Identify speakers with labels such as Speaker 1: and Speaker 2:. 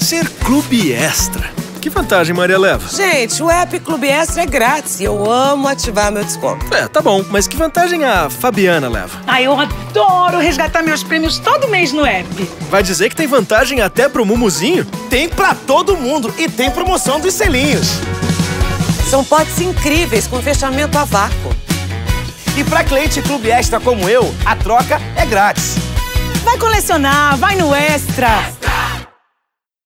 Speaker 1: Ser Clube Extra. Que vantagem Maria leva?
Speaker 2: Gente, o app Clube Extra é grátis e eu amo ativar meu desconto.
Speaker 1: É, tá bom, mas que vantagem a Fabiana leva?
Speaker 3: Ai, eu adoro resgatar meus prêmios todo mês no app.
Speaker 1: Vai dizer que tem vantagem até pro Mumuzinho?
Speaker 4: Tem pra todo mundo e tem promoção dos selinhos.
Speaker 2: São potes incríveis com fechamento a vácuo.
Speaker 4: E pra cliente Clube Extra como eu, a troca é grátis.
Speaker 3: Vai colecionar, vai no Extra.